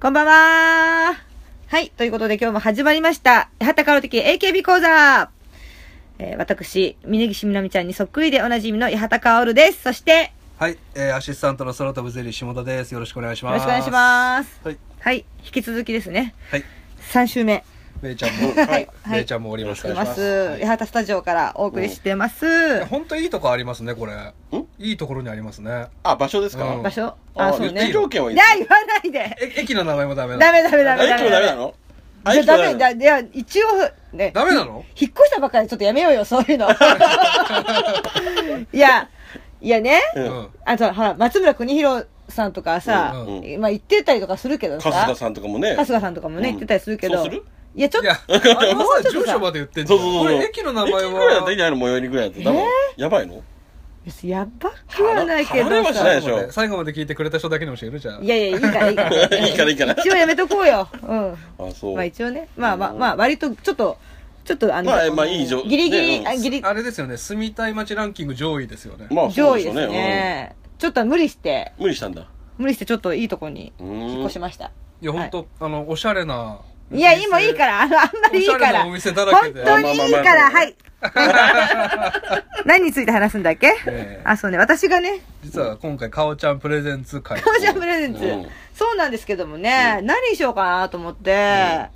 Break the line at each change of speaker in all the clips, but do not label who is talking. こんばんははい、ということで今日も始まりました。八幡カロ的 AKB 講座えー私、峯岸みなみちゃんにそっくりでおなじみの八幡薫です。そして、
はい、えー、アシスタントの空飛ぶゼリー下田です。よろしくお願いし
よ
ま
ろ
す。
しくお願いします。
はい、
はい、引き続きですね。
はい、
3週目。
めいちゃんも、
はい
めいちゃんもおります。
います。
は
八幡スタジオからお送りしてます。
いや本当いいとこありますね、これ。いいところにありますね。
あ、場所ですか、
うん
場所
あ
あ、
そ
そうう
ね。
ね。
立地
じゃ
条件はいい。
あ言わないで
え、駅の名前もダメ
ダ
なの。
メダメダ
あ
メ
駅もダメな
の
のあ、
じゃあ
駅も
ダメ
ダメ
だ。
ない
や、一応、ね。
ダメなの
引っ越したばっかりでちょっとやめようよ、そう いうの。いや、いやね。
う
の。うん。
ん。
あと、ほら、松村邦弘さんとかさ、
うん
まあ言ってたりとかするけどさ、
春日さんとかもね。
春日さんとかもね、
うん
言ってたりするけど。
そうする
いや、ちょっ
い
と
や、、あれ
も
は
うちょ
さ、
っとさ
住所まで言ってんじ
そ
ゃ。
うんそう
こ
そう。
れ駅の名前
駅ぐらいだったらいい
は。
んじゃないの最寄りぐらいだったら。やばいの
別にやばくはないけ
離れ
ど
はしな
さ
いで。しょ
最後まで聞いてくれた人だけにも教えるじゃん。
いやいや、いいからいいから。
いいからいいから
一応やめとこうよ。うん。
あ、そ
ま
う。
あ
ま
一応ね、まあまあまあ、割とちょっと、ちょっとあの、
まあまあいい状
ギリギリ、
ねうん
あギリ、
あれですよね、住みたい街ランキング上位ですよね。
あ、そ
上
う
位
でし
で
ょう
す
ね。
ね。ちょっと無理して、
うん無理したんだ。
無理してちょっといいとこに
うーん
引っ越しました。
いや、ほんと、あの、おしゃれな。。
いや、今いいからら、あの、あんまりいいか
おしゃれ
ら。
なお店だらけで
本当にいいか
ま
ら、
あまあまあまあ
はい。何について話すんだっけ
ええ
あ、そうね、私がね、
実は今回、かおちゃんプレゼンツ会。
カモちゃんプレゼン
う
ツ
ん。
そうなんですけどもね、何にしようかなと思って、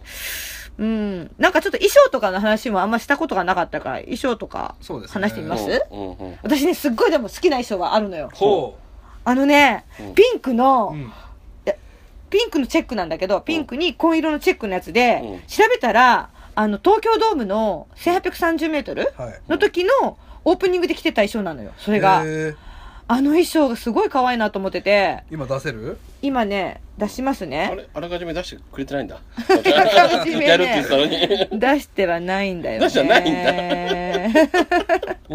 うん。なんかちょっと衣装とかの話もあんましたことがなかったから、衣装とか
そうですね
話してみ
う
ま
ん
す
うんうん。
私ね、すっごいでも好きな衣装があるのよ。
ほ
あのね
う、ん
ピンクの
う。う、ん。
ピンクのチェックなんだけど、ピンクに紺色のチェックのやつで、
うん
調べたら、あの、東京ドームの1830メートル
はい。
の時のオープニングで着てた衣装なのよ、それが
へ。ー
あの衣装がすごい可愛いなと思ってて、
今出せる
今ね、出します
あ
ね。
れ、あらかじめ出してくれてないんだ。
かじめね
やるって言ってたの に。
出してはないんだよね。
出してはないん
だ。
ウォ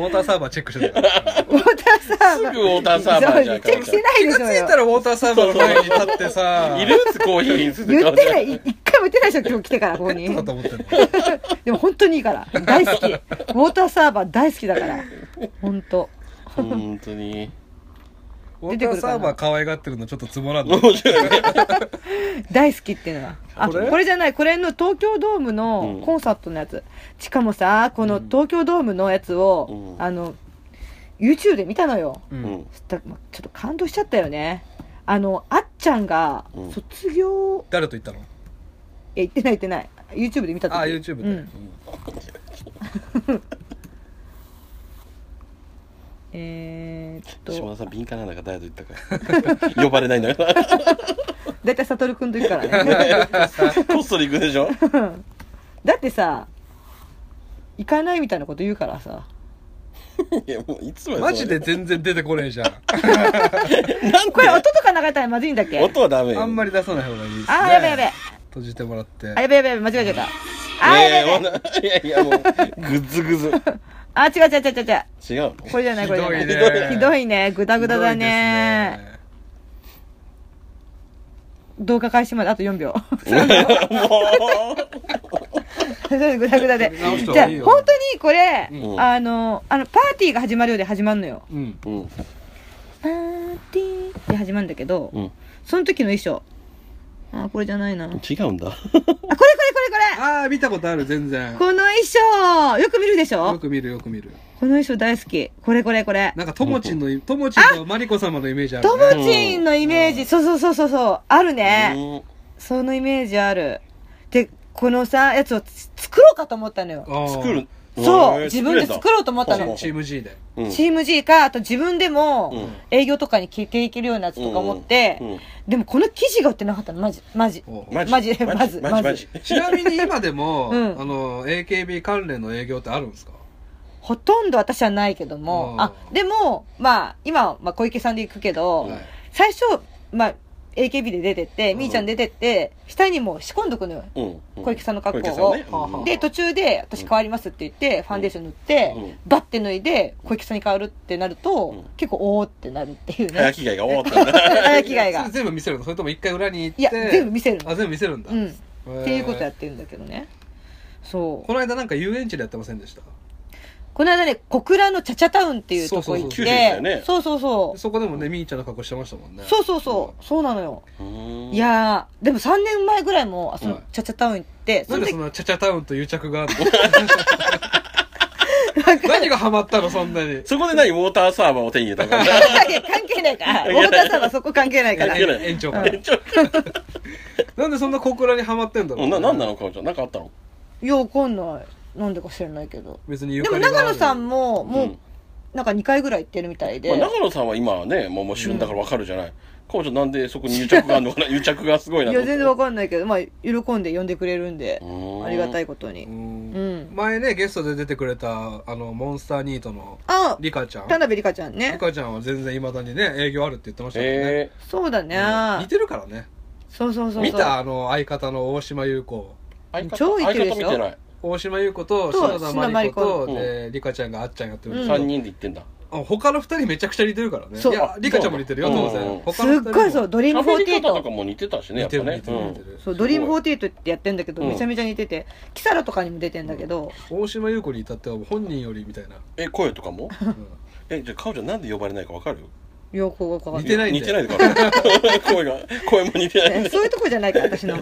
ーターサーバーチェックしてたから。
ウォーターサーバー。
すぐウォーターサーバーじゃん
そうチェックしてない
気
で
が
し
つ
ょ
い
よ。
たらウォーターサーバーの前に立ってさ、
いるつコーヒーにつ。
言ってないい、い一回も言ってないでしょ、今日来てから、ここ に。
だと思ってんの。
でも本当にいいから。大好き。ウォーターサーバー大好きだから。本当。
本当に。
ウォーターサーバー可愛がってるのちょっとつぼらんの。
面白いね。
大好きっていうのはあこ
こ
れ
れ
じゃないこれの東京ドームの
うん
コンサートのやつ、しかもさこの東京ドームのやつを、
うん
あの YouTube で見たのよ
う。
うんん。
そしたらまちょっと感動しちゃったよねあのあっちゃんが
うん
卒業、い
誰と言ったの
や言ってない言ってない YouTube で見た時
あ YouTube で
うんえーっ
島
と
田さん敏感なんだから誰と言ったか呼ばれないん だから
大体悟君と行くからね
こっそり行くでしょ
だってさ行かないみたいなこと言うからさ
いやもういつまで
マジで全然出てこねえじゃん。
なん
これ音
で
とか流れたらまずいんだっけ
音はダメよ
あんまり出さない方がいいですね。
あーやべやべ
閉じてもらって
あ、。やべやべ、間違えちゃった。あ、
いや
や
い
べや
や
べ。
いやいやもうグズグズ
あ、違う違う違う違う。
違うの
これじゃない、これじゃな
ひどい
い。
ね
ひどいね。ぐだぐだだね。動画開始まであと4秒。
も
ぐだぐだで。
取り
じ
直した方
ゃあ、
が
本
いいよ
当にこれ
う、ん
あの、あの、パーティーが始まるようで始まるのよ。
ひどいね。
ううん
パーティーで始まるんだけど
う、ん
その時の衣装。あ、これじゃないな。あ、これ
違うんだ
これこれこ
うん。
れ
ああ、見たことある、全然。
この衣装よく見るでし
よ
ょ
く見る、よく見る。
この衣装大好き。これこれこれ。
なんか、ともちんの、ともちんとマリコ様のイメージある
と
ね。
もちんのイメージ、そうそうそうそうそう、あるね。
うん
そのイメージある。で、このさ、やつをつ作ろうかと思ったのよ。
あー
作る
そう、
えー
自分で作ろうと思ったの。
チーム G で。
うん
チーム G か、あと自分で
う
も
ん
営業とかに着ていけるようなやつとか持って、
うんうん
でもこの生地が売ってなかったの、マジ、マジ。
おう
マジ
マジまずまず
マジマジ
ちなみに今で も、
うん
あの、AKB 関連の営業ってあるんですか
ほとんど私はないけども、
うん
あ、でも、まあ、今は、まあ、小池さんで行くけど、
はい
最初、まあ、AKB で出てって、
ん
みーちゃん出てって、下にもう仕込んどくのよ。
うんうん
小池さんの格好を
小池さん
はあはあ
ね
で、途中で、私変わりますって言って、ファンデーション塗って、
うん
バッて脱いで、小池さんに変わるってなると、
うん
結構、おーってなるっていう
うん早
ね。
着替えが終わったんだ
早着替えが
それ。全部見せるのそれとも一回裏に行って
いや、全部見せるの。
あ全部見せるんだ、
うん。
へ
っ
ー
ていうことやってるんだけどね。そ
この間なんか遊園地でやってませんでした
う。この間ね、小倉のチャチャタウンっていうとこ行っ
そうそうそう九
州だよ
て
ね、
そうそうそう。
そこでもねみーちゃんの格好してましたもんね
そうそうそう。そうなのよ。
うん
いやー、でも3年前ぐらいも、あその
はい、
チャチャタウン行って、
なん
の時
でそんなチャチャタウンと癒着があるの
なんか
何がハマったのそんなに
そこで何ウォーターサーバーを手に入れた のかな
いや関係ないから。太田さんはそこ関係ないから
関。係ない
園長が
うん
なんでそんな小倉にハマってんだろ
う
うん
ななんなのかおちゃんなんかあったの
いや、わかんない。なんでか知らないけど。
別にゆ
で
か
も
りがある
長野さんも、も
う、
うんなんか2回ぐらい行ってるみたいで。
まあ、長野さんは今はねもうもう旬だからわかるじゃないかおちゃんなんでそこに癒着があるのかな癒着がすごいない
や、
と思って
全然わかんないけど、まあ、喜んで呼んでくれるんで
う、ーん
ありがたいことに
う。ん
うん
前ねゲストで出てくれたあのモンスターニートの
あ、
リカちゃん
田辺里香ちゃんね
リ。カちゃんは全然いまだにね営業あるって言ってましたもんね
え
そうだ
うん似
ね。
てるからね
そうそうそうそう。
見たあの相方の大島優子
ー、
超
相
行
方
ってるで
相
しょ
方見てない
大島優子と
と
篠田麻里子と
篠田麻里子
でリカちゃんがあっちゃんやってるんですけ
3
ど
人で行ってんだ
あ他の2人めちゃくちゃ似てるからねい
そう
やリカちゃんも似てるよ
うん
当
うん
然
す
他の二
っ
人も
ごいそう、ドリーム
喋り
48
方と
と
か。も似てたしね
似
やってぱ
る
ね
似てる似てる
そう、ドリーム
すご
48ってやってんだけど、
うん
めちゃめちゃ似てて、キサラとかにも出てんだけど、
大島優子に至っては本人よりみたいな、
え声とか
う
もえじゃあかおちゃんなんで呼ばれないかわかる
よくわかんない
似てないんだ
似てないから声が声も似てないん
え
だ
そういうとこじゃないから、私の。あ、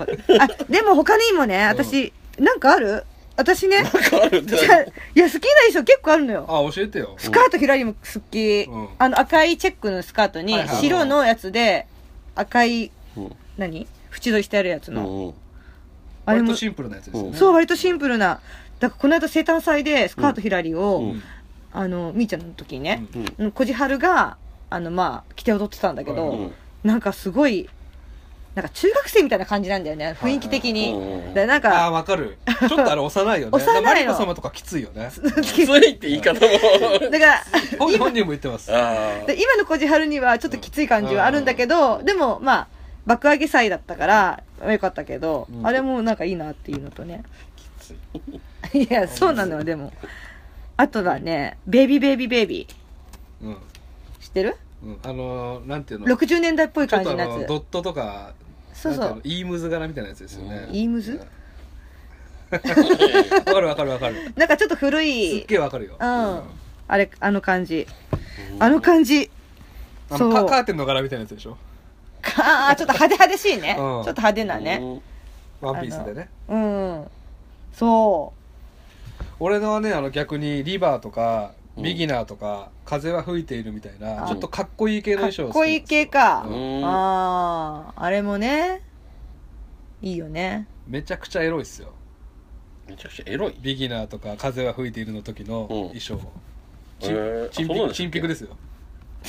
でも他にもね、私、なんかある私ね、
変わるって
じ
な
ゃ
い
あいや、好きな衣装結構あるのよ。
んあ教えてよ
スカートひらりも好き
うん。
あの、赤いチェックのスカートに
はい、はい
白のやつで、赤い、
うん
何縁取りしてあるやつの。
うんうん
あれ
割
も
と、シンプルなやつですよね、
うん
そう、割とシンプルな。だからこの間生誕祭で、スカートひらり
う
を
ん、
あの、みーちゃんの時にね、
うん
こじはるが、あの、まあ、着て踊ってたんだけ
う
ど、
ん
なんかすごい、なんか中学生みたいな感じなんだよね、雰囲気的に
はいはいうんう。ん
でなん
あ あ
か、
わかるちょっとあれ幼いよね
幼いの
だからマリコ様とかきついよ ね
きついって言い方も
だから、
本本人も言ってます
ああ
で今のこじはるにはちょっときつい感じはあるんだけど、でもまあ爆上げ祭だったからよかったけど、
うん
あれもなんかいいなっていうのとねいやそうなのよでもあとはね「ベイビーベイビーベイビ
うん、
ー」知ってる
うん、あのー、なんていうの
60年代っぽい
ちょ
感
っ
じ
とあ
のや
の
つ
ドットとか
そうそ
なんていう
う
のイームズ柄みたいなやつですよね、
イームズ
わかるわかるわかる
なんかちょっと古
す
い
っげえわかるよ、
う
あ
んあれあの感じあの感じそ
のカ
う
カーテンの柄みたいなやつでしょ
かあーちょっと派手派手しいねち
うん
ょっと派手なね
ね
ワンピースでね
うんそ
俺のはねあの逆にリバーとか
うん
ビギナーとか、風は吹いているみたいな
あ
ちょっとかっこいい系
う
の
かっ
衣装好き
こいい系か、
うん
あ
あああれもねいいよね
めちゃくちゃエロいっすよ
めちゃくちゃエロい
ビギナーとか風は吹いているの時の衣装、
へー
チン
あそうなんです
チンピクですよ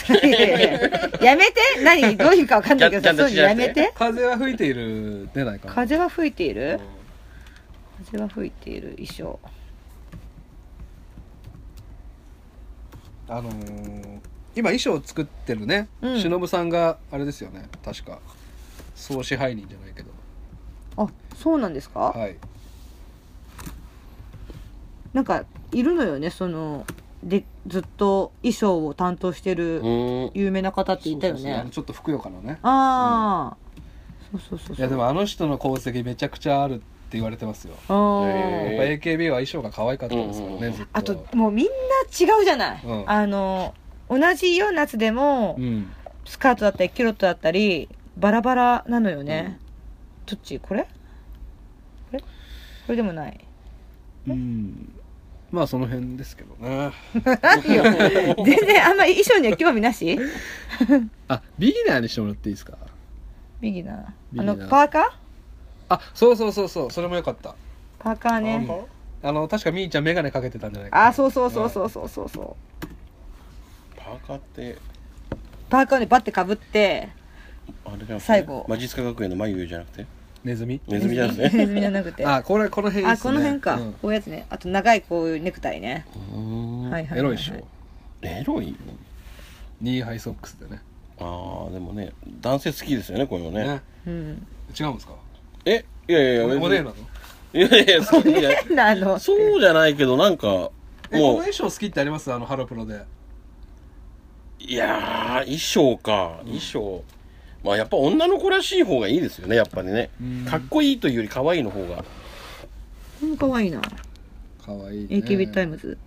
いやいやいややめて何どういうかわかんないけど
ちゃんち
そ
ゃ
うんい
と
う
し
の
な
や
くて
めて
風は吹いている出ないかな
風は吹いている
うん
風は吹いている衣装
あのー今衣装を作ってるね、
うん
しのぶさんがあれですよね確か総支配人じゃないけど
あそうなんですか、
はい
なんかいるのよねそのでずっと衣装を担当してる
うん
有名な方っていたよ
そうそうそうあ
ね
のちょっとふくよかなね
ああ、そうそうそう
い
そう
やでもあの人の功績めちゃくちゃあるって言われてますよ
あー、
へー
やっぱ AKB は衣装が可愛かったですから
うんうんう
ね、
ん
ずっと。
あともうみんな違うじゃない、
うん
あの同じようなやつでも、
うん。
スカートだったりキュロットだったりバラバラなのよね、どっちこれこれこれでもない
うん。まあその辺ですけどね。
ないよ 全然あんまり衣装には興味なし
あ、ビギナーにしてもらっていいですか
ビギナー
ビ
あ
ギナー
のパーカー
あ、そうそうそうそう、それもよかった。
パーカーね
うんあの、確かみーちゃんメガネかけてたんじゃないかな。
あそうそうそうそうそうそうそう
パーカーって
パーカーねバッてかぶって
あれじゃなくて
最後
マジスカ学園の眉じゃなくて
ネズミ
ネズミじゃなく
ネズミ ネ
て
ズミじゃなくてあ
あ、これ、この辺いいっす
こ
ね
の辺か、
うん
こういうやつねあと長いこういうネクタイね、
うーん
はいはいは
エロ
はい
でしょ。
エロい
ニーハイソックスでね。
ああでもね男性好きですよねこういうのね
ね。
うん
違うんですか
えいやいやいや
おねえなの
いやい や好きいや
変 なの
そうじゃないけどなんかも
え、この
う
衣装好きってありますあの、ハロプロで。
いやー衣装か衣装まあやっぱ女の子らしい方がいいですよねやっぱりね
うん
かっこいいというより可愛いの方が
うんかわいいな
かわいいね。
AKB タイムズ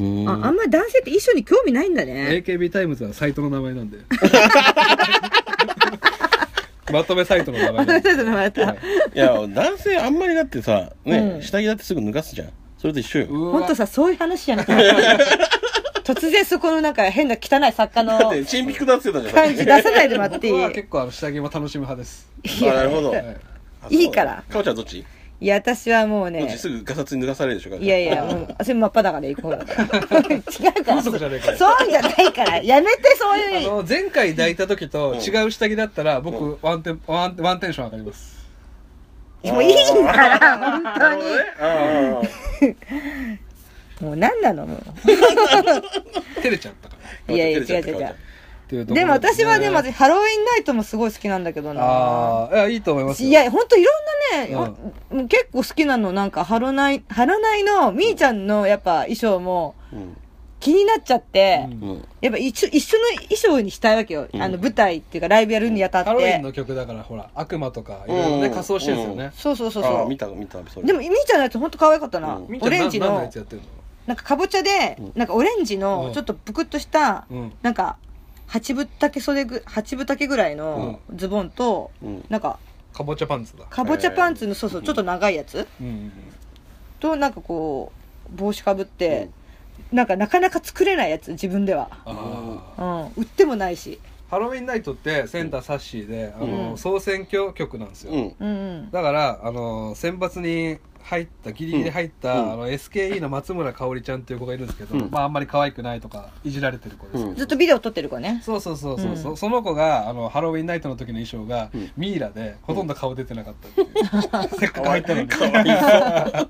うん
ああんまり男性って衣装に興味ないんだね
AKB タイムズはサイトの名前 なんでまとめサイトの名前 なん
私
で
たちの名前だった、
はい
いや男性あんまりだってさね、
うん
下着だってすぐ脱がすじゃんそれと一緒よ
うわ
ほんとさそういう話じゃなくて 突然そこのなんか変な汚い作家
だっ
の
てチンピクダンスだじゃん
感じ出さないでもらって い
僕
い
は結構あの下着も楽しむ派です、
いや
あなるほど、
はい、
あ
いいから
そうかおちゃんどっち、
いや私はもう
どっち
ね
すぐガサツに脱がされるでしょかおちゃん
いやい や、もう、それ真っ裸で行こうだから。違うから。そ
風
うじ
俗じ
ゃ
ゃ
な
ね
い
え
か。
からら
やめて、そう
あ
いう。
の前回抱いた時と違う下着だったら僕、
う
ワンテンワンワンテンション上がります
もういいから、本当に。
あ
もう何なのも
照れちゃったから
う。いやいや、違う
照れち
違う
ゃっ
違
た
う。
っていうところ
でも私はね、ま
ず
ずハロウィンナイトもすごい好きなんだけどな。
ああいやいいと思いますよ
いや、ほんといろんなね、もう結構好きなの、なんか、ハロナイ、ハロナイの、みーちゃんのやっぱ衣装も
うん
気になっちゃって、
うん
うん
やっぱ一緒、一緒の衣装にしたいわけよ。
うん
あの、舞台っていうかライブやるにあたっ
ハロウィン
て。
の曲だからほら悪魔とかいろいろね
うん
仮装してるんですよね、
そうそうそう
あ
そ
ー
う
見。た見たそれ
でも、みーちゃんのやつほんと可愛かったな。
うん
みーちゃん
オレンジ
何何のや
の
つ、やってるの
なんかかぼちゃで
うん、
なんかオレンジ
う
の
ん、
ちょっとぷくっとした、
うん
なんか、八分丈袖ぐ、八分丈ぐらいのズボンと、
うん
なんか、
かぼちゃパンツだ
かぼちゃパンツの、そうそう、ちょっと長いやつ
うんうん
と、なんかこう、帽子かぶって、なんかなかなか作れないやつ、自分では。
あー
うん。売ってもないし。
ハロウィンナイトってセンターサッシーで、あの
うん
総選挙曲なんですよ、
うん
うんうん。
だからあの選抜に入ったギリギリ入った、
うん
あの SKE の松村香織ちゃんっていう子がいるんですけど、
うん
まああんまり可愛くないとかいじられてる子です、
うん
ずっとビデオ撮ってる子ね。
そうそうそうそう、
うん
その子があのハロウィンナイトの時の衣装が、
うん
ミイラでほとんど顔出てなかったっていう せっかく入ったのに
かわいそ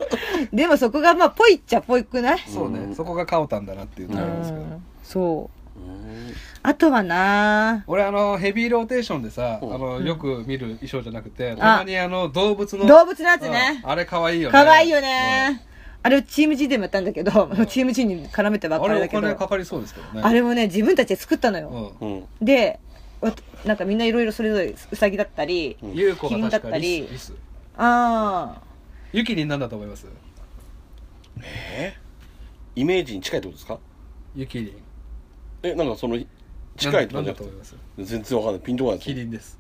う
でもそこが、まあ、ぽいっちゃぽいくない
そうね、
うん
そこがカオタンだなっていうと
う
ころなんですけど、
ん。そう。
うん
あとはな
俺あのヘビーローテーションでさ、
うん
あのよく見る衣装じゃなくて、
ん
たまにあの動物の
動物のやつね
うんあれ可愛いよね
可愛いよね、あれチーム G でもやったんだけど、チーム G に絡めて
う
ばっ
んあ
かりだ
れお
けど
金
あ
かかりそうですけどね
れもね自分たちで作ったのよ、
う
うん
でわなんかみんないろいろそれぞれうさぎだったり、
うん
ん優子が確
キリンだった
か
り
リスリス
ああ
ユキリンなんだと思います
えイメージに近いってことですか
ユキリン
えなんかその近いって
な
こ
んだと
とじゃなく
思い
て
ます
全然わかんないピンとこない
キリンです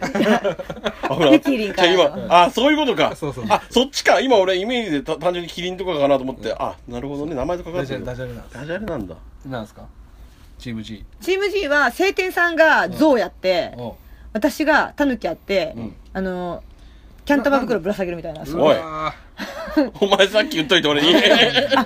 あほら
でキリンか
じゃあ今あそういうことか
そうそう
あそっちか今俺イメージでた単純にキリンとかかなと思ってあなるほどね名前とかか
ダ
っ
ジャ
て
レ
る
ダ
ダジ
ジャレなんです
ャレなんだ
なんですかチーム G
チーム G は晴天さんが象やって、
おう
私がタヌキやって、
うん
あのキャン玉袋ぶら下げるみたいな
う
そう
おい
わ
お前さっき言っといて俺に
あでも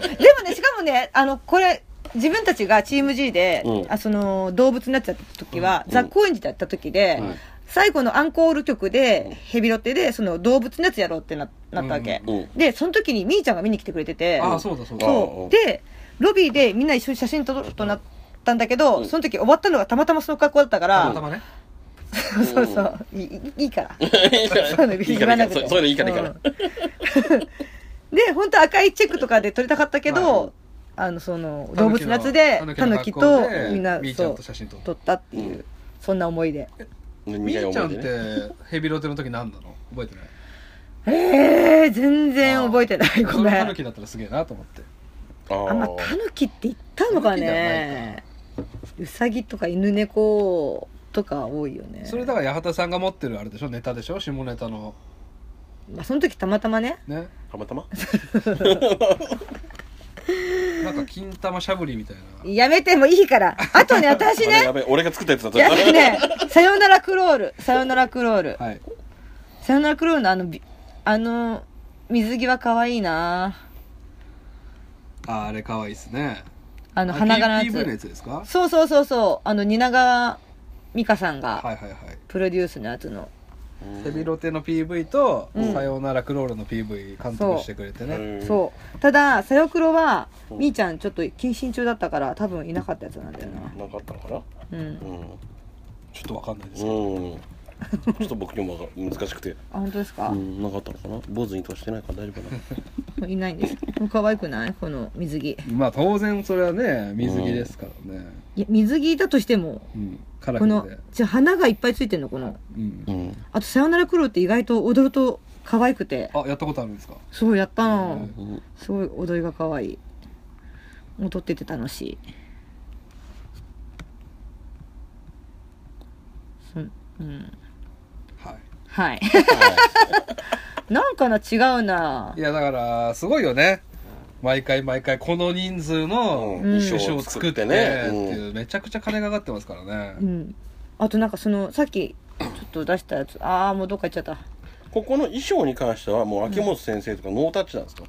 ねしかもねあのこれ自分たちがチーム G で、
うん
あその動物になっちゃった時は、
うん
ザ・コインジだった時で、
うん
最後のアンコール曲で、ヘビロテでその動物のやつやろうってななったわけ、
うんうん
でその時にみーちゃんが見に来てくれてて
ーああそうだそうだ
そう
ああ
でロビーでみんな一緒に写真撮ろうとなったんだけど、
うん
その時終わったのがたまたまその格好だったか
たま
ら、
たまね
そうそういいいいから
いいから
そういうの
いい
言
から
わ
い
な
い
く
からそう
て
そういうのいいからいいから
うん、で本当赤いチェックとかで撮りたかったけど、
はい
あのその動物のやつでタヌキ
タヌ
と
キの格好で
みんな
みーちゃ
そ
ん
う
と写真撮った
撮ったっていう、
うん
そんな思いで
み
み
ーちゃんっ
ね
てヘビロテの時何なの覚えてない
ええー、全然覚えてないごめ
それタ
ん
ヌキだったらすげえなと思って
あ
あんま
ー
タヌキって言ったのかねウサギとか犬猫とか多いよね
それだから八幡さんが持ってるあれでしょネタでしょ下ネタの
まあ、その時たまたまね
ね
たまたま
なんか金玉しゃぶりみたいな
やめてもいいからあとね
あ
私
れ
ね
やべえ俺が作ったやつだった
やべねさよならクロールさよならクロール
はい
さよならクロールのあのびあの水着は可愛いな
ああれ可愛いですね
あの花柄のや
PV のや
つ
つですかはい
そうそうそうそうあの蜷川美香さんが
はいはい
プロデュースのやつの
セビロテの PV と、
うん
さようならクロールの PV 監督してくれてね
そうたださよクロは
うん
みーちゃんちょっと謹慎中だったから多分いなかったやつなんだよな
なんかあったのかな
うん
うんうん
ちょっとわかんないです
ち
けど、
ょっと僕にもわか難しくて
あ本当ですか
う、んなんかあったのかな坊主にとしてないから大丈夫かない
ないんですもう可愛くないこの水着
まあ当然それはね水着ですからね、
いや水着だとしても
うん、カラ
こ
フ
の
ルで、
じゃあ花がいっぱいついてんのこの
うん、
うん
あと「さよならクロ」って意外と踊ると可愛くて
あやったことあるんですか
そうやったの
うん
すごい踊りが可愛い踊ってて楽しい。そんうん。
は
はい。
はい
なんかな、違うな。
い。いや、だから、すごいよね。毎回毎回、この人数
う
の
ん
うん
衣
衣
装
装
を
を
作
作
っ
ってて
ね
ね、
う
って
ん
いう、めちゃくちゃ金がかかってますから
う
ね。
ん。あとなんかその、さっき、ちょっと出したやつ、ああ、もうどっか行っちゃった。
ここの衣装に関してはもう秋元先生とかノータッチなんですか、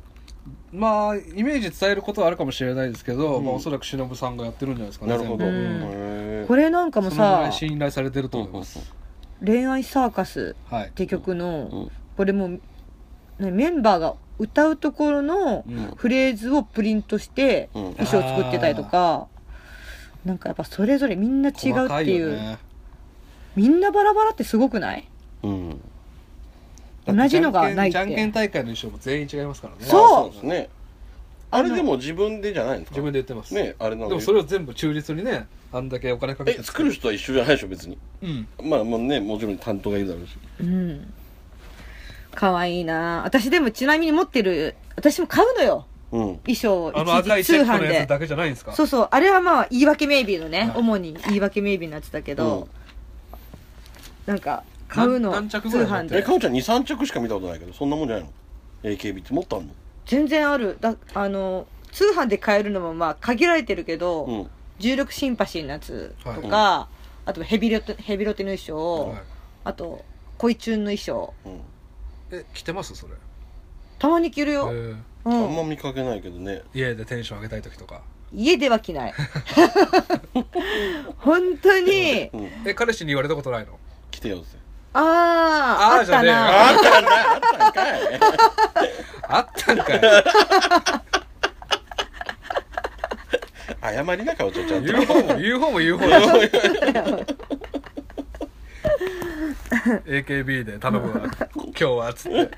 まあ、イメージ伝えることはあるかもしれないですけど、
うん
まあ、おそらく忍さんがやってるんじゃないですかね。
なるほど、
うん
全部
へー
これなんかも
そのぐら
さ
い、信頼されてると思います。
恋愛サーカス
はい
っ。て曲
う
の
ん、
これもう、なメンバーが歌うところの
うん
フレーズをプリントして、
うん
衣装作ってたりとか、なんかやっぱそれぞれみんな違う
細
っ
か
て
い
い
よ
う。
ね
みんなバラバラってすごくない
うん
同じのがないって
じゃんけんじゃんけん大会の衣装も全員違いますからね。
そう
あですねあれでも自分でじゃないんですか
自分で言ってます。
ねあれな
で
んで
もそれを全部中立にね、あんだけお金かけ
え
て
作る人は一緒じゃないでしょ別に
うん。
まあもうねもちろん担当がいるだろうし
うん。かわいいな私でもちなみに持ってる、私も買うのよ。
うん
衣装を
あの赤
一時
い
通
チェック
販
のや
で
つ。だけじゃないんですか
そうそう。あれはまあ、言い訳メイビーのね、
はい
主に言い訳メイビーのやつだけど、なんか、買うの、
な
通
ん何着ぐらい持っ
販
て
え
で
か。おちゃん23着しか見たことないけどそんなもんじゃないの AKB ってもっとあんの
全然ある。だあの、通販で買えるのもまあ、限られてるけど、
うん
16シンパシーのやつとか、あとヘビロテ、ヘビロテの衣装、
はい
あと、恋チュンの衣装。
うん
え、着てますそれ。
たまに着る
え
よ。
ー
う
あんま
ん。
見かけないけどね
家でテンション上げたい時とか。
家では着 ない。本当に、
うん
え、彼氏に言われたことないの
来てよって
ああ、
あー
あった
じゃね
な。
えよ
あったんだあったんかい
あったんかい。
謝りなかおちゃんちゃんと
言う方も言う方も言う方だよ AKB で頼むわ今日はつって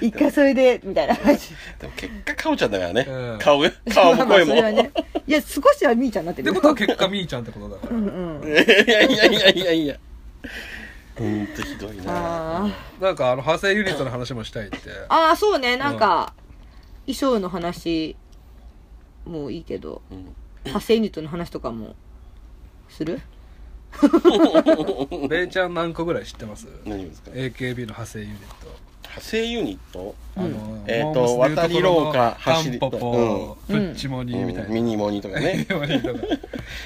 一回それで、みたいな感じ。
でも結果かおちゃんだからね、
うん
顔が顔も声も、
まあまあそれはね。いや、少しはみーちゃんになって
っ
るよ。
てことは結果みーちゃんってことだか
う
ら
んう
だ
ん。
いやいやいやいやいやほんとひどいな
あ
なんかあの派生ユニットの話もしたいって
あ。ああ、そうね。なんか、衣装の話もいいけど、
うん
派生ユニットの話とかも、する
レイちゃん何個ぐらい知ってます
何をですか
AKB の派生ユニット
派生ユニット
あの
えーと
モームスでいうところ
渡り廊
の
下
タ
走
ン
り
ポポプッチモニーみたい
うんミニモニとかね
なミニモニとか
い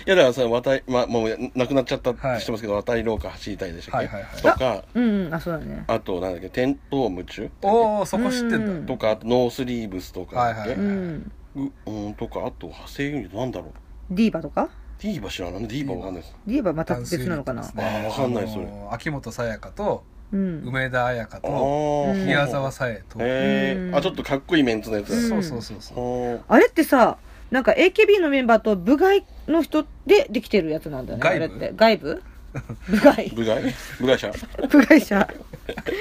やだからそれ渡り、まあ、もうなくなっちゃったって
はい
知ってますけど、渡り廊下走りたいでしたっけ、
はいはいはい
とか
うんうん。あ、そうだね。
あとなんだっけテントウムチュ
おおそこ知って
うん
だ
ん
とかあとノースリーブスとかだっけ、
う
はいはい
ん。
ううんとかあと派生ユニットなんだろう
ディーバとか
ディーバ知らないディーバわかんないです
ディーバまた
ダンスユニ
別なの
ッ
か
トで
な
す。ね
あーわかんないそれ
あの秋元さやかと
うん。
梅田彩香
あ
と
うん
宮沢さえと
え
うん
あちょっとかっこいいメンツのやつだ、
うん
そうそうそうそう
は
あれってさ、なんか AKB のメンバーと部外の人でできてるやつなんだよね。
外
あ
部
れって。外部部 外
あ。部外部外者
部外者。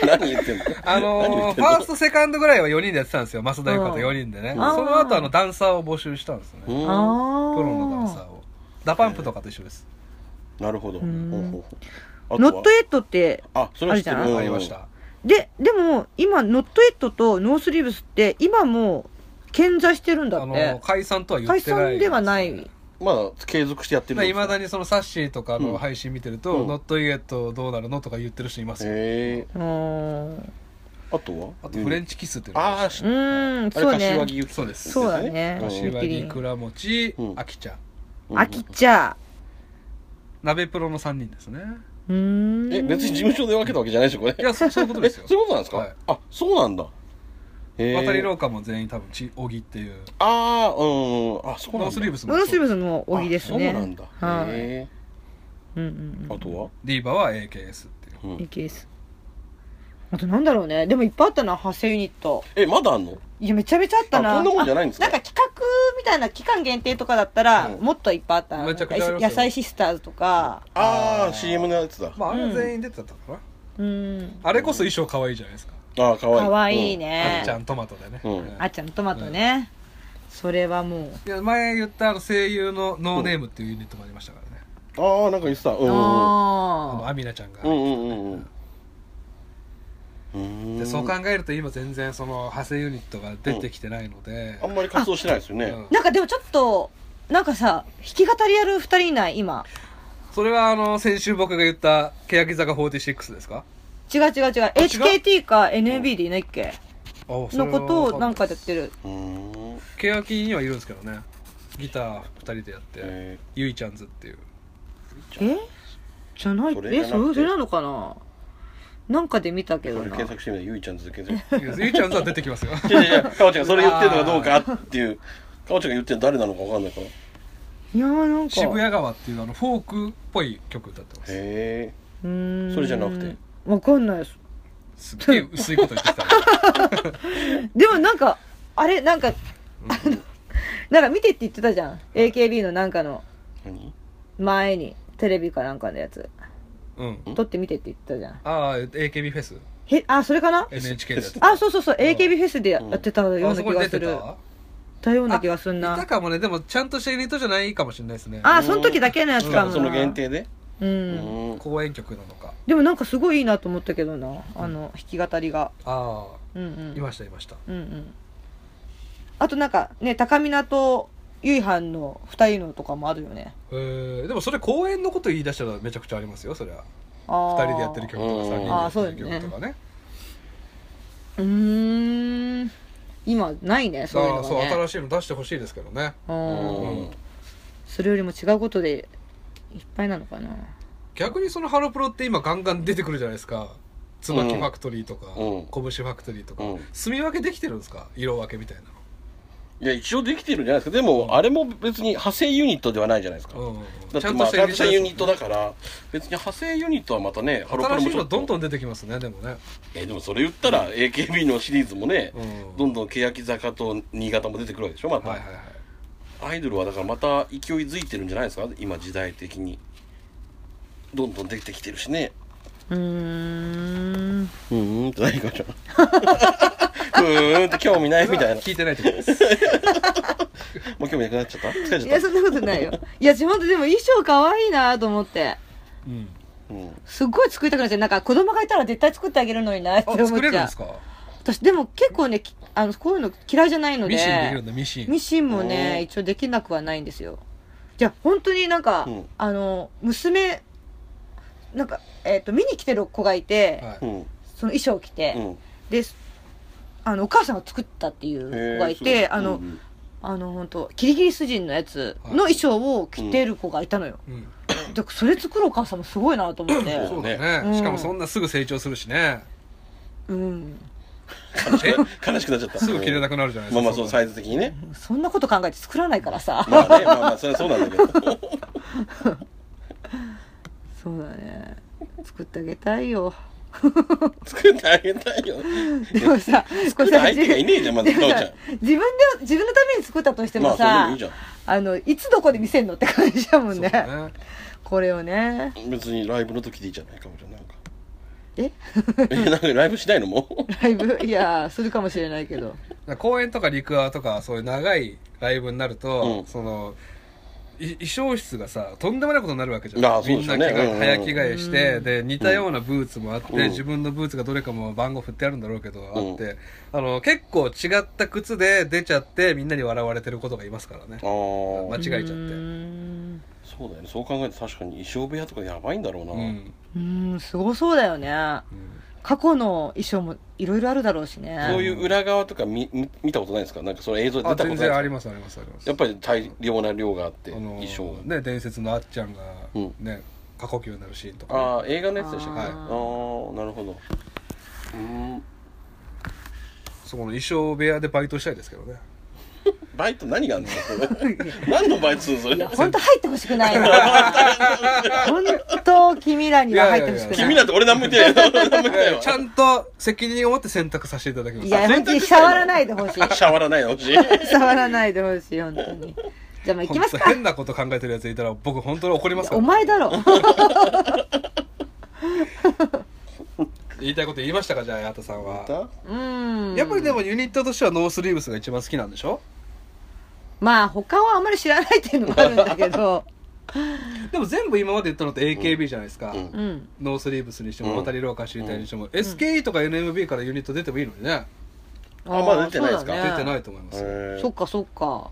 何言ってんの
あのー、ファースト、セカンドぐらいは4人でやってたんですよ。増田優香と
うん
4人でね。そ
あー
の後、あの、ダンサーを募集したんですね。
何言ってん
あ
のうん
あ。
プロのダンサーを。ダパンプとかと一緒です。
なるほど。
うん
ほうほうほう
ノット
あ
エットって、
とはあ、それは知って
あるじゃ
る。
ん
うん
ありました。
で、でも、今、ノットエットとノースリーブスって、今も、健在してるんだ
あ
っ
の
て
ー、。解散とは言
解
ってない。
散ではない。
まあ、継続してやってるん
い
ですか
まだにそのサッシーとか
うん
の配信見てる
う
と、
ん
ノットイエットどうなるのとか言ってる人いますよ。
へえ
うーん。
あとは
あと、フレン
チ。
チキスっていうのが
あ
あ
あ、
る
知
し
っ
うーん、
あ
そう
れ、柏木
ね。
由紀さんですね。
そうだね
うん
柏木倉持
う、ん
あきちゃん。
あきちゃ
鍋プロの3人ですね。
うーん。
え、別に事務所で分けたわけじゃないでしょ、これ。
いや、そそういうことですよ
え。そういうことなんですか、
はい
あ、そうなんだ。へえ
渡り廊下も全員多分、ち、おぎっていう。
ああ、うん。あ、そうなんだ。
ノースリーブスも
ノ
そう。
ースリーブスのおぎですね。
あそうなんだ。
はい。
へ
うんうん
え。あとは
ディーバは AKS っていう。
う
うん。いい
ん。
ケース。あとなんだろうね。でもいっぱいあったな、派生ユニット。
え、まだあんの
いや、めちゃめちゃあったな。
あこんなもんじゃないんですか
あなんか企画みたいな期間限定とかだったら、
うん
もっといっぱいあったな。
めちゃくちゃありますよ
野菜シスターズとか。
あ
あ
あ、
ー
CM のやつだ。
まあ、あれは全員出てたのかな、
うん。
あれこそ衣装可愛いじゃないですか。
ああ、かわいい。
かわいい
あ
ね
っち。ゃんトマトでね。
うん
あっちゃんのトマトね。それはもう。
いや、前言ったあの声優のノーネームっていうユニットもありましたからね。
うん。ああ、なんか言ってた。うんうんうん。
あの、
あ
アミナちゃんが。
うんうんうんうん。うで
でそう考えると今全然その派生ユニットが出てきてないので、
あんまり活動してないですよね。
うん
なんかでもちょっと、なんかさ、弾き語りやる二人いない今。
それはあの先週僕が言った欅坂46ですか
違う違う違う。HKT か NB でいないっけのことをなんかやってる。
うーん
欅にはいるんですけどねギター2人でやって、
え
ゆいちゃんズっていう
ー
えじゃない
それじ
え
ゃなくて
それそれなのかななんかで見たけ
そ
ど
れ
な
検。索してみたらゆいちゃん続けてる。
ゆいちゃんズは出てきますよ
いやいや、かおちゃんがそれ言ってるのかどうかっていう、かおちゃんが言ってるの誰なのかわかんないから。へ
いやーなんか。
渋谷川っていうあのフォークっぽい曲歌ってます
え。
うーん
それじゃなくて。
わかんないです。
すっげえ薄いこと言ってき た
でもなんか、あれなんか、なんか見てって言ってたじゃん。AKB のなんかの
何
前に、テレビかなんかのやつ。
うん
ん
撮って見てって言ってたじゃん。
ああ AKB フェス
へ、あ、それかな
NHK でやってた
あ、そうそうそう、AKB フェスでやってたよう
あ
な
そ
気
こに
が
出
す
て
る。
た
たような気がすん
い
な
た。かもねでもちゃんとしたユニットじゃないかもしれないですね
あ、その時だけのやつかもな。
その限定で
う。
うんーん。
公演曲なのか
でもなんかすごいいいなと思ったけどな。あの、弾き語りが。
あ
うんう
あ
ん。
いましたいました
うんうん。あとなんかね、高見菜とゆいはんの二人のとかもあるよね。
えーでもそれ公演のこと言い出したらめちゃくちゃありますよそりゃ
あ
2
ー
人でやってる曲とか3人でやってる曲とかね
うーん。今ないね、そういう
あ
の
あ
が
そう
ね。
新しいの出してほしいですけどね
うん
うん
それよりも違うことでいっぱいなのかな。
逆にそのハロプロって今ガンガン出てくるじゃないですか椿ファクトリーとか、
うん
拳ファクトリーとか、
うん
住み分けできてるんですか色分けみたいない
や、一応できてるんじゃないですか。でも、あれも別に派生ユニットではないじゃないですか。
の、うん
だってまあ、ちゃんとしたユニットだから、別に派生ユニットはまたね、ハロプロ
新
も
しい
ちょ
の
っと
どんどん出てきますねでもね、
えでもそれ言ったら AKB のシリーズもね、
うん
どんどん欅坂と新潟も出てくるわけでしょまた、
はいはいはい
アイドルはだからまた勢いづいてるんじゃないですか今時代的にどんどん出てきてるしね
うーん。
うーんって何かちゃんうーんって興味ないみたいな
聞いてないってことです
もう興味なくなっちゃった疲れ
い
ちゃ
や、
っ
そんなことないよ。いや、ほんとでも衣装可愛いなと思って。
うん
た、うん、
すっごい作りたくなっちゃう。なんか子供がいたら絶対作ってあげるのになって
あ
思っちゃう。
作れるんですか
私、でも結構ね、きあの、こういうの嫌いじゃないので。
ミシンできるんだミシン
ミシンもね、
うん
一応できなくはないんですよ。じゃあ、本当になんか、
うん
あの、娘、なんか、えっ、と、見に来てる子がいて、
はい、
うん
その衣装を着て、
うん
で、あの、お母さんが作ったっていう子がいて、
へー
あの、
うん
あの、本当キリギリス人のやつの衣装を着てる子がいたのよ。
うん、
で、それ作るお母さんもすごいなと思って。
そう
ね
だ
う
ね、
ん
しかもそんなすぐ成長するしね
うん。
え
悲しくなっちゃった
すぐ切れなくなるじゃないです
ま
か
あまあその
だ
サイズ的にね
そんなこと考えて作らないからさ。
まあねまあまあそれはそうなんだけど
そうだね。作ってあげたい よ。
作ってあげたいよ
でもさ、これさ
相手がいねえじゃんまず
でも
かおち
さ
ゃん
自分で、自分のために作ったとしてもさ、
ま
あ、
あそれでもいいじゃん
の、いつどこで見せんのって感じだもんね。
ね
これをね。
別にライブの時でいいじゃないかもちゃんなんか
え
えなんかライブしないのも う
ライブいやー、するかもしれないけど。
だから公演とか陸アとかそういう長いライブになると、
うん
そのい衣装室がさとんでもないことになるわけじゃん
ああそ
み
うで
ん
す
な
よ
着替
ね
え
うん
早着替えして、で似たようなブーツもあって、
うん
自分のブーツがどれかも番号振ってあるんだろうけど、
ん
あってあの結構違った靴で出ちゃってみんなに笑われてることがいますからね
あ
間
あ
違えちゃっ
うー。
てうん
そうだよねそう考えると確かに衣装部屋とかやばいんだろうな、
ん、
うーん、すごそうだよね。過去の衣装もいろいろあるだろうし
そう
ね。
いう裏側とか見見見たことないですかなんかその映像で
あ
出た
全
ことないです
然
か
ありますありますあります
やっぱり大量な量があって
あの
衣装が、
ね伝説のあっちゃんが
うん
ね、過呼吸になるシーンとかね、
ああ映画のやつでしたっけ
あ
あ
ー
あーなるほどうーん
そこの衣装部屋でバイトしたいですけどね
バイト何 があるんですかそれ何のバイトするのそ
いや、
れ
ほんと入ってほしく ないな。ほんと、君らには入ってほしくない。
君なんて俺何も言ってないよ何も言ってない わ
ちゃんと責任を持って選択させていただきます
いや、本当に触らないでほしい。
触らないでほしい
触らないでほしい、本当に。じゃあ、まあ行きます
本当
か。
変なこと考えてるやついたら僕本当に怒りますから
お前だ ろ。
言いたいこと言いましたかじゃあ八幡さんは
うーん。
やっぱりでもユニットとしてはノースリーブスが一番好きなんでしょ
まあ他はあんまり知らないっていうのもあるんだけど
でも全部今まで言ったのって AKB じゃないですか。
うん
うん。
ノースリーブスにして
う
も、
ん
渡り廊下知りたいにしても、SKE とか NMB からユニット出てもいいのにね。
あまあ出てないですか
そう
出
だね
てないと思いますよ。
へー
そっかそっか。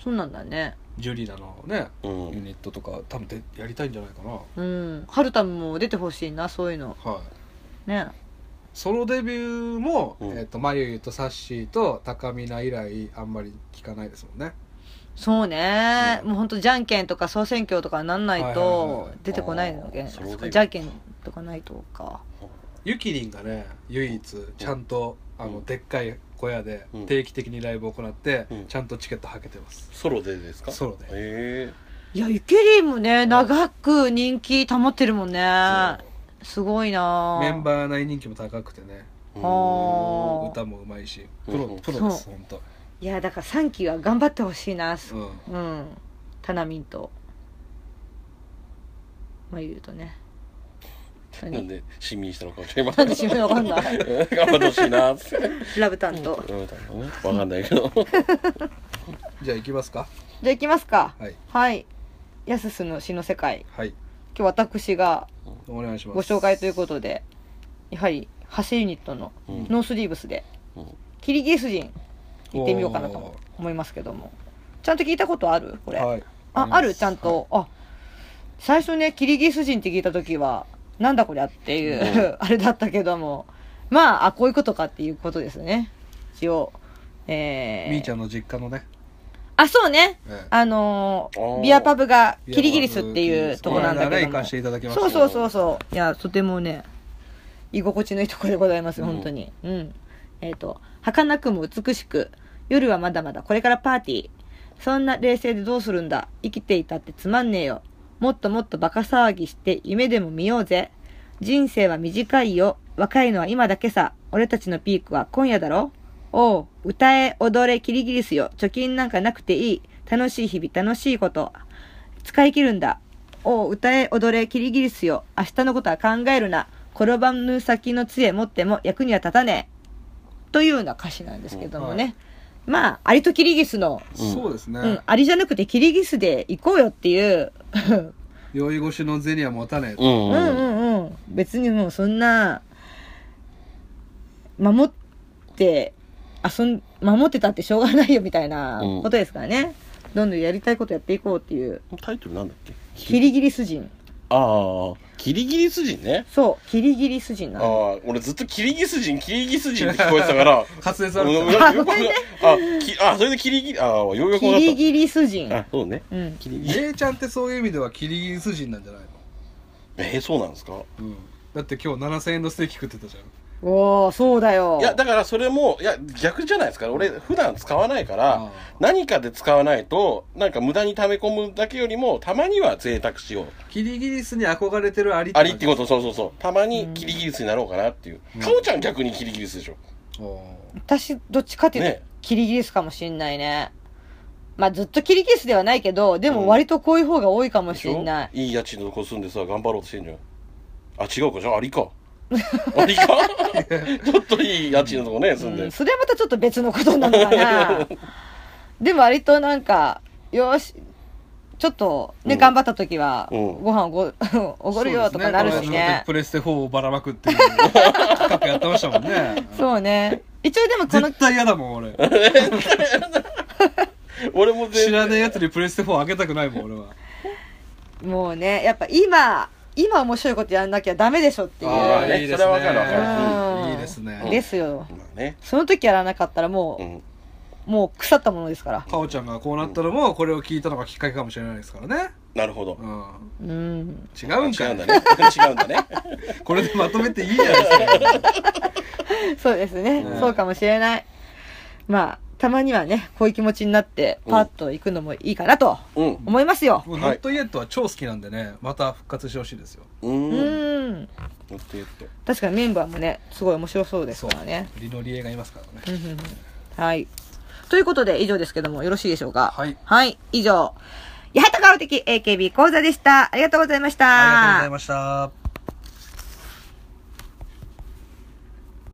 そうなんだね。
ジュリナのね、
う
ユ
ん
ニットとか、多分でやりたいんじゃないかな。
うん。ハルタムも出てほしいな、そういうの。
はい。
ね。
ソロデビューも、
うん
えっ、と、まゆゆとサッシーと高見菜以来、あんまり聞かないですもんね。
そうね、
うん
もうほんとじゃんけんとか総選挙とかなんない
はいはい
と
はい
出てこないの
あ
け
ーそうだよ
じゃんけんとかないとか
ゆきりんがね、唯一、ちゃんと、あ
う
の、
ん
でっかい小屋で
う、ん
定期的にライブを行って、
うん
ちゃんとチケットはけてます。
ソロでですか
ソロで
へ
いやゆきりんもね長く人気保ってるもんね
そう
すごいな
メンバー内人気も高くてね、
え
あー
歌もうまいし、
う
プ
ん
ロ、プロです、
そ
ほんと。
いやだから3期は頑張ってほしいな
うん。
うんタナミンとまあ言うとね
なんで親民したのかもしれませ
なんんで自分わかんない
頑張ってほしいなって
ラブタンと、
うんわかんないけど
じゃあ行きますか。
じゃあ行きますか
はい。
はいやすすの詩の世界
はい。
今日私が
お願いします。
ご紹介ということでやはりハセユニットの
うん
ノースリーブスで
うん
キリギリス人行ってみようかなと思いますけどもちゃんと聞いたことあるこれ、
はい。
ああるちゃん。と、あ最初ねキリギリス人って聞いた時はなんだこりゃっていう、
う
あれだったけどもまああこういうことかっていうことですね一応えー、
みーちゃんの実家のね。
あそうね
ええ
あのー
あー
ビアパブがキリギリスっていうとこなんだ
この
け
間ね
ど
行
も
かせていただきました
そうそうそうそういやとてもね居心地のいいところでございます本当にうん、えっ、と儚くも美しく夜はまだまだこれからパーティーそんな冷静でどうするんだ生きていたってつまんねえよもっともっとバカ騒ぎして夢でも見ようぜ人生は短いよ若いのは今だけさ俺たちのピークは今夜だろおう歌え踊れキリギリスよ貯金なんかなくていい楽しい日々楽しいこと使い切るんだ。おう、歌え、踊れ、キリギリスよ。明日のことは考えるな。転ばぬ先の杖持っても役には立たねえ。というような歌詞なんですけどもね。
は
まあ、アリとキリギスの、
うん
そうですね。
うん、アリじゃなくてキリギスで行こうよっていう、
酔い越しの銭は持たねえ。
うん
うんうんうん。別にもうそんな、守って、遊ん、守ってたってしょうがないよみたいなことですからね。どんどんやりたいことやっていこうっていう、
タイトルなんだっけ
キリギリス人。
ああキリギリス人ね
そう、キリギリス人なん
あ
です。
あ俺ずっとキリギス人キリギス人って聞こえてたから
滑舌
あ
悪くて
あ
よくわかんないあきあそれでキリギリああようやく
キ
わか
リ
っ
ギリス人
た。あそうね
うん。
キリギリ
姉ちゃんってそういう意味ではキリギリス人なんじゃないの
えーそうなんですか
うん。だって今日7000円のステーキ食ってたじゃん。
おお、そうだよ。
いやだからそれもいや逆じゃないですか俺普段使わないから、
あ
何かで使わないとなんか無駄に溜め込むだけよりもたまには贅沢しよう
キリギリスに憧れてるアリ
ありってこととそうそうそうたまにキリギリスになろうかなっていう、
うん
かおちゃん逆にキリギリスでしょ
私、どっちかっていうと、
ね
キリギリスかもしんないね。まあ、ずっとキリギリスではないけど、でも割とこういう方が多いかも
でし
し
ょ
んない。
いい家賃残すんでさ頑張ろうとしてんじゃんあ違うかじゃあアリか アリか ちょっといい家賃のとこね
う
住んで、
ん、それはまたちょっと別のことなのか な。でも割となんか、よーし、ちょっとね、
うん
頑張った時は、
うん
ご飯おご、 おごるよとかなるしね。
プレステ4をばらまくっていう企画やってましたもんね。
そうね。一応で もこの
絶、対嫌だもん、俺。
俺も
知
全然
らねえやつにプレステ4あげたくないもん、俺は。
もうね、やっぱ今、今面白いことやんなきゃダメでしょっていう
あー。ねそれはわかるわか
るうん
いいですね。
ですよ。
まあね
その時やらなかったらもう
う、ん
もう腐ったものですから。
かおちゃんがこうなったのも、これを聞いたのがきっかけかもしれないですからね。
なるほど
うん。
うん。
違うん
違
か
うん
い。
だね 違うんだね
これでまとめていいじゃないですか。
そうですね
う。ん
そうかもしれない。まあ、たまにはね、こういう気持ちになって、
うん
パッと行くのもいいかなと
うん
思いますよ。
もうノットイエットは超好きなんでね、また復活してほしいですよ。
う
うん
乗
ん。
っていって
確かにメンバーもね、すごい面白そうですからね。
リノリエがいますからね。
うんうんうんはい。ということで、以上ですけども、よろしいでしょうか。
はい
はい、以上。八幡薫的 AKB 講座でした。ありがとうございました。
ありがとうございました。